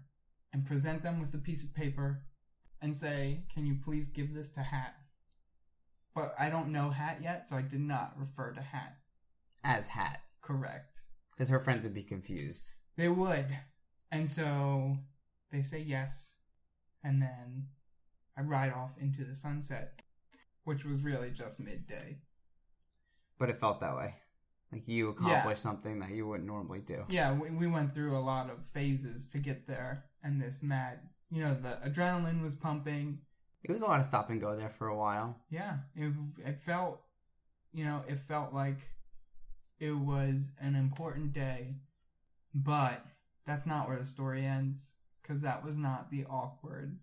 and present them with a piece of paper and say, Can you please give this to Hat? But I don't know Hat yet, so I did not refer to Hat.
As Hat.
Correct.
Because her friends would be confused.
They would. And so they say yes. And then I ride off into the sunset, which was really just midday.
But it felt that way. Like you accomplished something that you wouldn't normally do.
Yeah, we, we went through a lot of phases to get there. And this mad, you know, the adrenaline was pumping.
It was a lot of stop and go there for a while.
Yeah, it, it felt, you know, it felt like it was an important day. But that's not where the story ends because that was not the awkward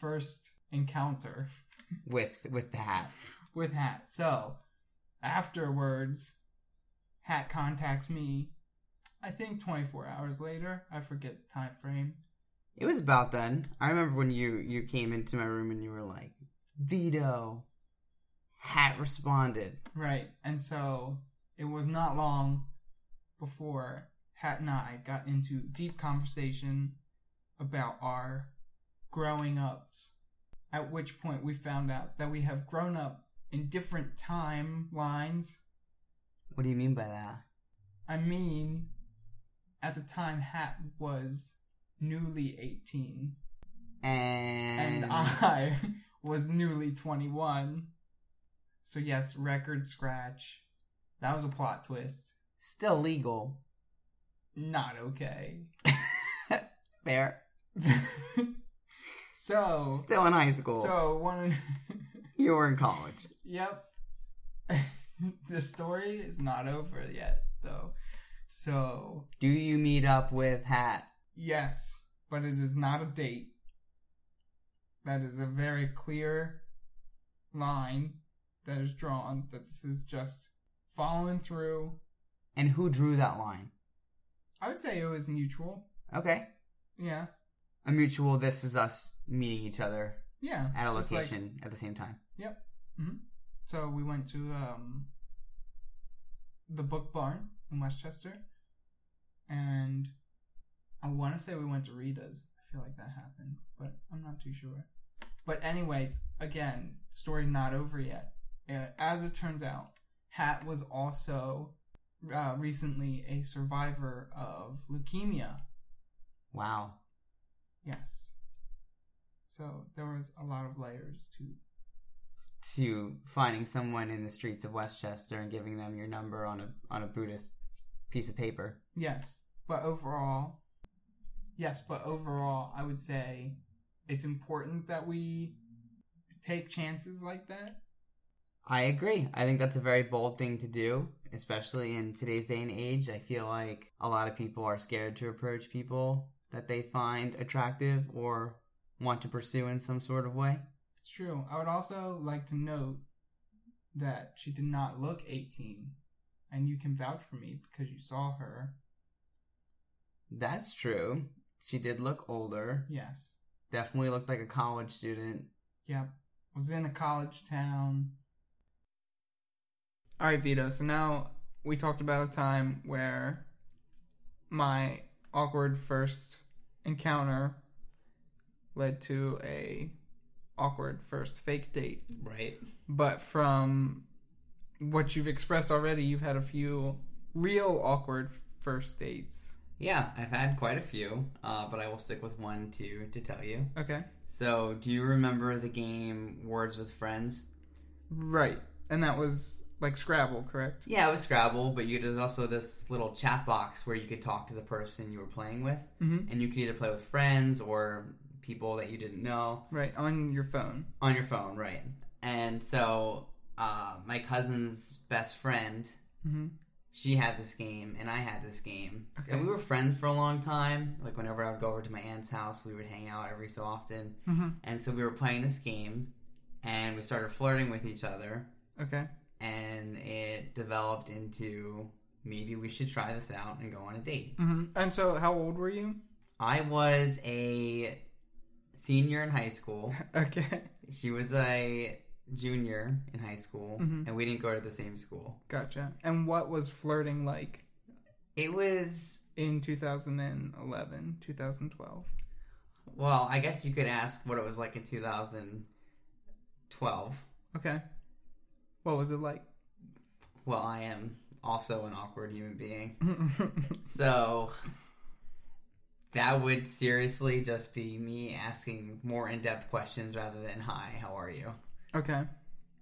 first encounter.
with with the hat.
with Hat. So afterwards, Hat contacts me. I think 24 hours later. I forget the time frame.
It was about then. I remember when you you came into my room and you were like, "Vito." Hat responded.
Right, and so it was not long before Hat and I got into deep conversation about our growing ups. At which point we found out that we have grown up in different timelines.
What do you mean by that?
I mean, at the time, Hat was newly 18,
And,
and I [laughs] was newly 21. So, yes, record scratch. That was a plot twist.
[laughs] still legal.
Not okay. [laughs]
Fair.
so,
Still in high school.
so one.
you were in college.
[laughs] Yep. [laughs] the story is not over yet, though. So,
Do you meet up with Hat?
Yes, but it is not a date. That is a very clear line that is drawn that this is just following through.
And who drew that line?
I would say it was mutual.
Okay.
Yeah.
A mutual this is us meeting each other
Yeah.
at a
just like-
location at the same time.
yep. hmm So we went to um, the book barn in Westchester. And I want to say we went to Rita's. I feel like that happened, but I'm not too sure. But anyway, again, story not over yet. Uh, As it turns out, Hat was also uh, recently a survivor of leukemia.
Wow.
Yes. So there was a lot of layers to
to finding someone in the streets of Westchester and giving them your number on a on a Buddhist piece of paper.
Yes, but overall, yes, but overall, I would say it's important that we take chances like that.
I agree. I think that's a very bold thing to do, especially in today's day and age. I feel like a lot of people are scared to approach people that they find attractive or want to pursue in some sort of way.
It's true. I would also like to note that she did not look 18, and you can vouch for me because you saw her.
That's true. She did look older.
Yes.
Definitely looked like a college student.
Yep. Was in a college town. All right, Vito. So now we talked about a time where my awkward first encounter led to a awkward first fake date.
Right.
But from what you've expressed already, you've had a few real awkward first dates.
Yeah, I've had quite a few, uh, but I will stick with one to to tell you.
Okay.
So, do you remember the game Words with Friends?
Right. And that was like Scrabble, correct?
Yeah, it was Scrabble, but you, there's also this little chat box where you could talk to the person you were playing with,
Mhm.
and you could either play with friends or people that you didn't know
Right, on your phone.
on your phone, right? And so, uh, my cousin's best friend,
Mhm.
she had this game, and I had this game,
Okay.
and we were friends for a long time. Like whenever I would go over to my aunt's house, we would hang out every so often,
Mhm.
and so we were playing this game, and we started flirting with each other
Okay.
and it developed into maybe we should try this out and go on a date.
hmm And so, how old were you?
I was a senior in high school.
[laughs] Okay.
She was a junior in high school,
Mhm.
and we didn't go to the same school.
Gotcha. And what was flirting like
It was
in 2011, 2012?
well, I guess you could ask what it was like in 2012.
Okay. What was it like?
Well, I am also an awkward human being. So that would seriously just be me asking more in-depth questions rather than hi, how are you?
okay.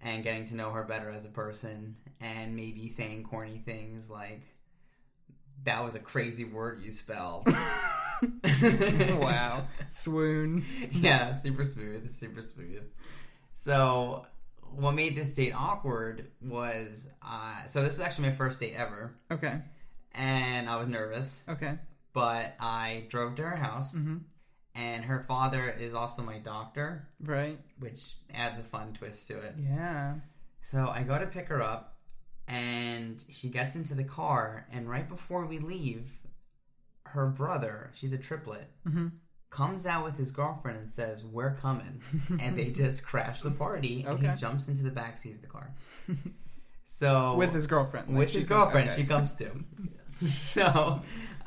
and getting to know her better as a person and maybe saying corny things like that was a crazy word you spelled. [laughs]
Wow. [laughs] Swoon.
yeah, super smooth, super smooth. So, what made this date awkward was uh, so this is actually my first date ever,
Okay.
and I was nervous,
Okay.
but I drove to her house,
Mhm.
and her father is also my doctor,
Right.
which adds a fun twist to it.
Yeah.
So I go to pick her up, and she gets into the car. And right before we leave, her brother, she's a triplet,
Mhm.
comes out with his girlfriend and says, We're
[laughs]
coming. and they just crash the party, and
Okay.
he jumps into the backseat of the
[laughs]
car. So
With his girlfriend. like
with his
she's-
girlfriend,
okay.
she comes to. [laughs] so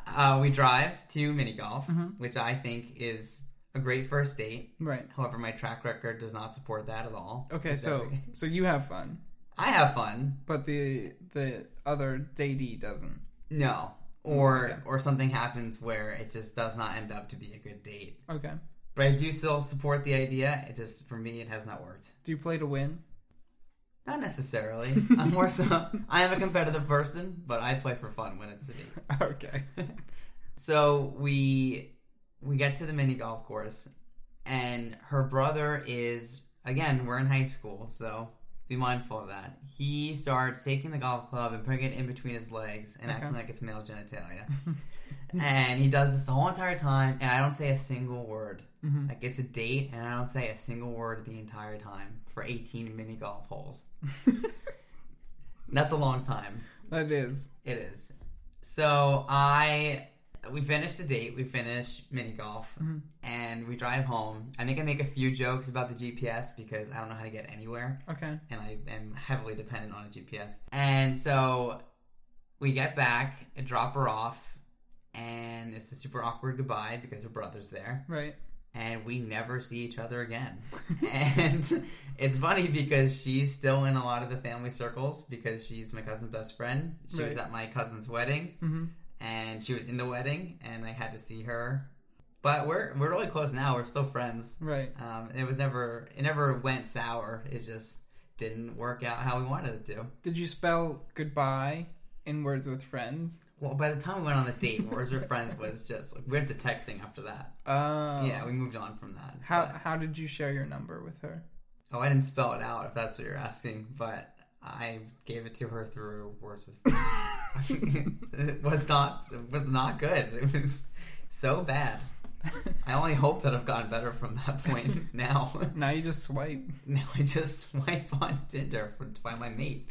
uh, we drive to mini golf,
Mm-hmm.
which I think is a great first date.
Right.
However, my track record does not support that at all.
Okay.
It's
So
every-
so you have fun,
I have fun.
but the the other datey doesn't.
No. Or
Okay.
or something happens where it just does not end up to be a good date.
Okay.
But I do still support the idea. It just for me it has not worked.
Do you play to win? [laughs]
Not necessarily. I'm more so I am a competitive person, but I play for fun when it's a date.
[laughs] Okay.
So we we get to the mini golf course and her brother is again, we're in high school, so be mindful of that. He starts taking the golf club and putting it in between his legs and acting
Okay.
like it's male genitalia. and he does this the whole entire time and I don't say a single word.
Mhm.
Like it's a date and I don't say a single word the entire time for 18 mini golf holes. That's a long time.
That is.
It is. So I we finish the date, we finish mini golf, and we drive home. I think I make a few jokes about the GPS because I don't know how to get anywhere,
Okay.
and I am heavily dependent on a GPS. And so we get back, I drop her off, and it's a super awkward goodbye because her brother's there
Right.
and we never see each other again. [laughs] and it's funny because she's still in a lot of the family circles because she's my cousin's best friend. She was
Right.
at my cousin's wedding
Mhm.
and she was in the wedding, and I had to see her But we're we're really close now. We're still friends.
Right.
Um, and it was never it never went sour. It just didn't work out how we wanted it to.
Did you spell goodbye in words with friends?
Well, by the time we went on the date, Words
[laughs]
with Friends was just like, we went to texting after that.
Oh.
Yeah, we moved on from that.
How
but-
how did you share your number with her?
oh, I didn't spell it out if that's what you're asking, but I gave it to her through Words with Friends. [laughs] it was not it was not good. It was so bad. I only hope that I've gotten better from that point now. [laughs]
Now you just swipe.
Now I just swipe on Tinder for, to find my mate.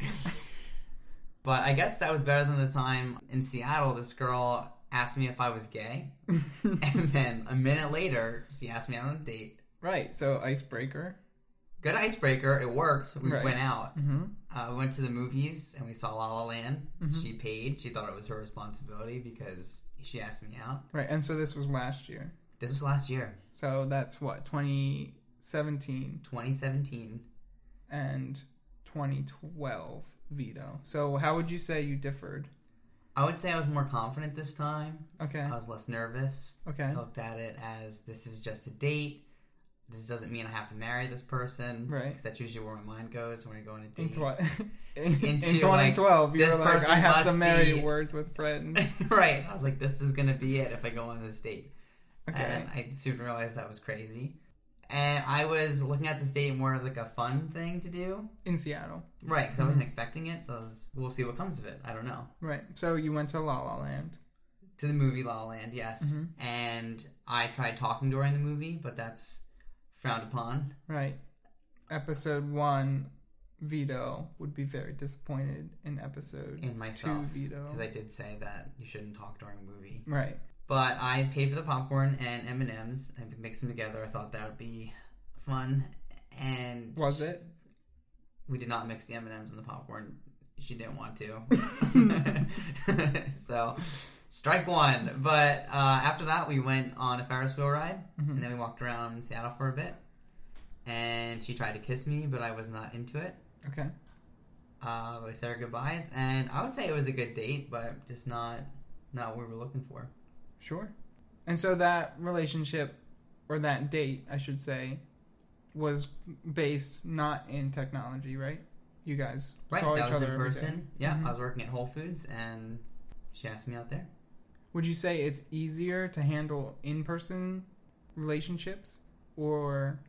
but I guess that was better than the time in Seattle. This girl asked me if I was gay, and then a minute later, she asked me out on a date.
Right. So icebreaker.
Good icebreaker. It worked. We
Right.
went out.
Mm-hmm.
Uh, we went to the movies and we saw La La Land. She paid. She thought it was her responsibility because she asked me out.
Right. And so this was last year.
This was last year,
So that's what 2017
2017.
and 2012 veto. So how would you say you differed?
I would say I was more confident this time.
Okay.
I was less nervous.
Okay.
I looked at it as this is just a date. This doesn't mean I have to marry this person.
Right.
'Cause that's usually where my mind goes when I go on a
In,
date.
twi- [laughs] in, in
Into, like,
2012, you
this
were like,
person
I have to
must
marry
be-
words with
[laughs]
friends.
[laughs] right. I was like, this is going to be it if I go on this date.
Okay.
And I soon realized that was crazy. And I was looking at this date more as like a fun thing to do.
In Seattle.
Right. Because I wasn't expecting it. So I was, we'll see what comes of it. I don't know.
Right. So you went to La La Land.
to the movie La La Land, yes. And I tried talking to her in the movie, but that's frowned upon.
Right. Episode one, Vito would be very disappointed in episode
In myself,
two, Vito.
because I did say that you shouldn't talk during a movie.
Right.
But I paid for the popcorn and M and M's and mixed them together. I thought that would be fun. And
Was it?
We did not mix the M and M's and the popcorn. She didn't want
[laughs]
to. [laughs] so strike one. But uh, after that, we went on a Ferris wheel ride,
Mm-hmm.
and then we walked around Seattle for a bit. And she tried to kiss me, but I was not into it.
Okay.
Uh, we said our goodbyes, and I would say it was a good date, but just not not what we were looking for.
Sure. And so that relationship, or that date, I should say, was based not in technology, right? You guys
Right,
saw
that
each
was
other
in
every
person.
day. Mm-hmm.
Yeah, I was working at Whole Foods, and she asked me out there.
Would you say it's easier to handle in-person relationships, or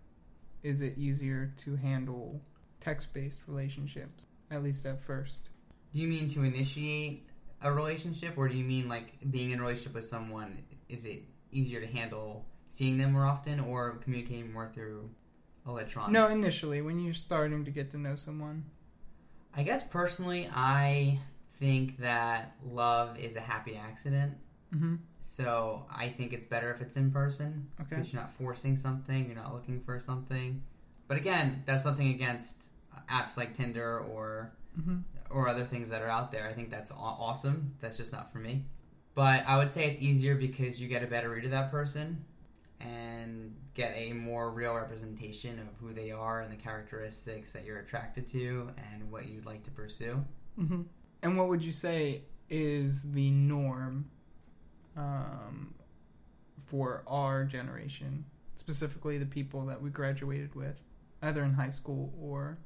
is it easier to handle text-based relationships? At least at first.
Do you mean to initiate a relationship, or do you mean like being in a relationship with someone? Is it easier to handle seeing them more often, or communicating more through electronics?
No, initially, when you're starting to get to know someone.
I guess personally, I think that love is a happy accident.
Mm-hmm.
So I think it's better if it's in person
Okay.
because you're not forcing something, you're not looking for something. But again, that's nothing against apps like Tinder or
Mhm.
or other things that are out there. I think that's aw- awesome. That's just not for me. But I would say it's easier because you get a better read of that person and get a more real representation of who they are and the characteristics that you're attracted to and what you'd like to pursue.
hmm And what would you say is the norm um, for our generation, specifically the people that we graduated with, either in high school or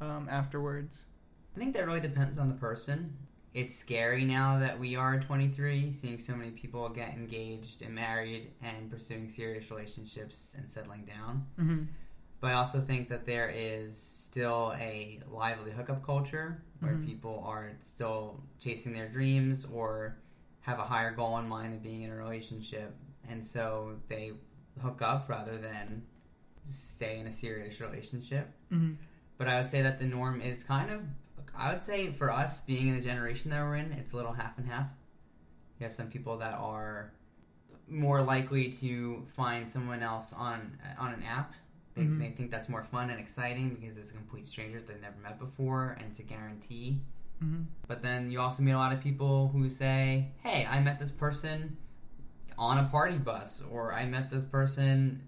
um, afterwards?
I think that really depends on the person. It's scary now that we are 23, seeing so many people get engaged and married and pursuing serious relationships and settling down.
Mm-hmm.
But I also think that there is still a lively hookup culture where
Mhm.
people are still chasing their dreams or have a higher goal in mind of being in a relationship. And so they hook up rather than stay in a serious relationship
Mm-hmm.
but I would say that the norm is kind of, I would say for us being in the generation that we're in, it's a little half and half. You have some people that are more likely to find someone else on on an app. They,
Mhm.
they think that's more fun and exciting because it's a complete stranger they've never met before, and it's a guarantee.
Mm-hmm.
But then you also meet a lot of people who say, "Hey, I met this person on a party bus, or I met this person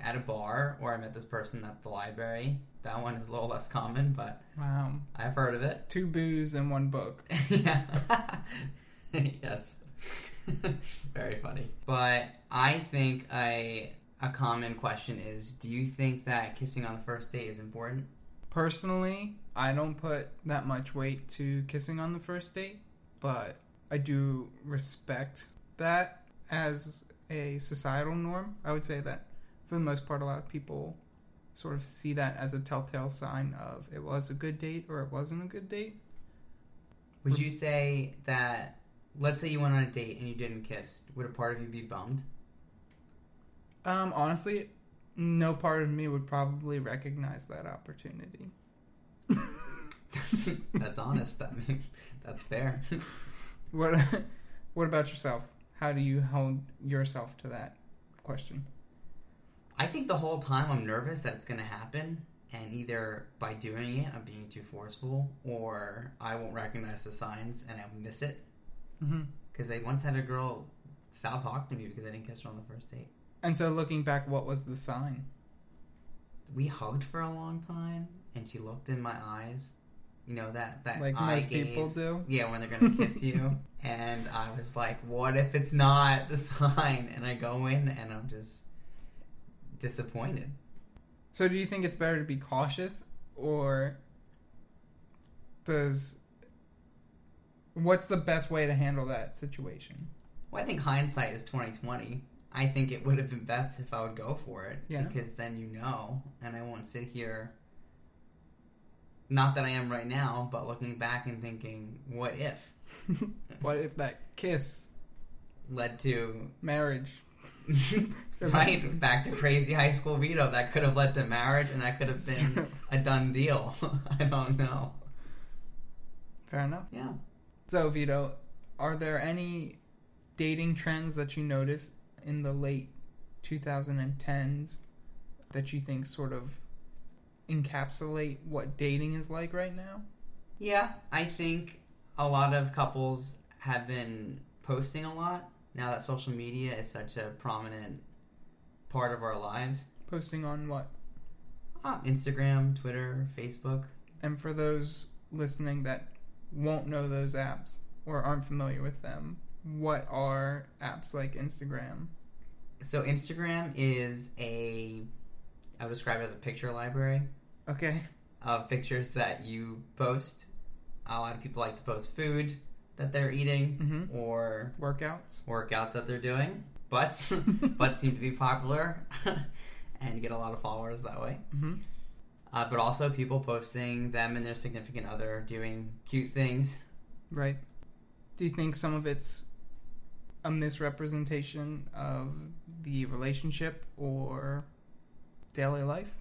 at a bar, or I met this person at the library." That one is a little less common, but
Wow.
I've heard of it. [laughs]
Two booze and one book.
yeah. yes. [laughs]
Very funny.
But I think a a common question is, do you think that kissing on the first date is important?
Personally, I don't put that much weight to kissing on the first date, but I do respect that as a societal norm. I would say that for the most part, a lot of people sort of see that as a telltale sign of it was a good date or it wasn't a good date.
Would you say that, let's say you went on a date and you didn't kiss, would a part of you be bummed? [laughs]
Um, honestly, no part of me would probably recognize that opportunity.
that's honest. I mean, [laughs] that's fair.
What [laughs] What about yourself? How do you hold yourself to that question?
I think the whole time I'm nervous that it's going to happen, and either by doing it I'm being too forceful, or I won't recognize the signs and I'll miss it.
Mm-hmm.
Because I once had a girl stop talking to me because I didn't kiss her on the first date.
And so, looking back, what was the sign?
We hugged for a long time, and she looked in my eyes. You know that that
Like
eye
most people
gaze.
do?
Yeah, when they're gonna kiss you.
[laughs]
And I was like, "What if it's not the [laughs] sign?" And I go in, and I'm just disappointed.
So, do you think it's better to be cautious, or does what's the best way to handle that situation?
Well, I think hindsight is twenty twenty. I think it would have been best if I would go for it
Yeah.
because then you know, and I won't sit here. Not that I am right now, but looking back and thinking, "What if?"
what if that kiss,
led to
marriage?
right back to crazy high school veto that could have led to marriage and that could have been a done deal [laughs] i don't know
Fair enough.
yeah
So, Vito, are there any dating trends that you noticed in the late 2010s that you think sort of encapsulate what dating is like right now?
yeah i think a lot of couples have been posting a lot now that social media is such a prominent part of our lives
Posting on what?
uh, instagram twitter facebook
And for those listening that won't know those apps or aren't familiar with them, what are apps like Instagram?
so instagram is a i would describe it as a picture library
Okay.
of pictures that you post. A lot of people like to post food that they're eating
Mhm.
or
Workouts?
workouts that they're doing. Butts, butts seem to be popular, [laughs] and you get a lot of followers that way.
Mhm.
Uh, but also people posting them and their significant other doing cute things.
Right. Do you think some of it's a misrepresentation of the relationship or daily life?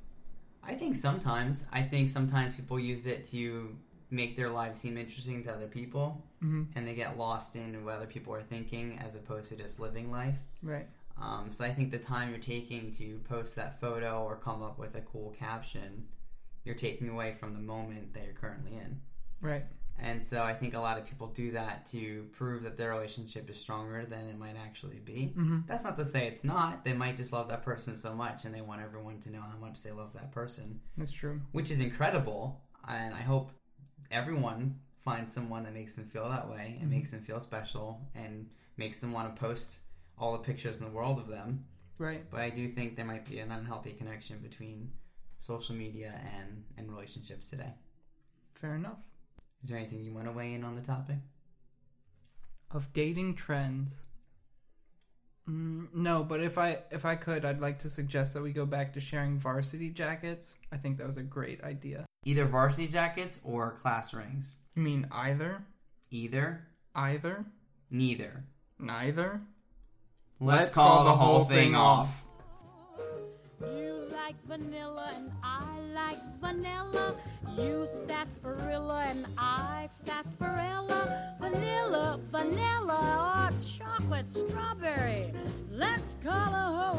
I think sometimes, I think sometimes people use it to make their lives seem interesting to other people,
Mhm.
and they get lost in what other people are thinking as opposed to just living life.
Right.
Um, so I think the time you're taking to post that photo or come up with a cool caption, you're taking away from the moment that you're currently in.
Right.
And so I think a lot of people do that to prove that their relationship is stronger than it might actually be.
Mhm.
That's not to say it's not. They might just love that person so much and they want everyone to know how much they love that person,
That's true.
which is incredible. And I hope everyone finds someone that makes them feel that way and makes them feel special and makes them want to post all the pictures in the world of them
Right.
but I do think there might be an unhealthy connection between social media and, and relationships today.
Fair enough.
Is there anything you want to weigh in on the topic?
Of dating trends. Mm, no, but if I if I could, I'd like to suggest that we go back to sharing varsity jackets. I think that was a great idea.
Either varsity jackets or class rings.
You mean either,
Either,
either,
neither.
neither?
Let's, call, the, whole thing off.
You like vanilla and I like vanilla. You sarsaparilla and I sarsaparilla. Vanilla, vanilla, or chocolate strawberry. Let's call a whole oh,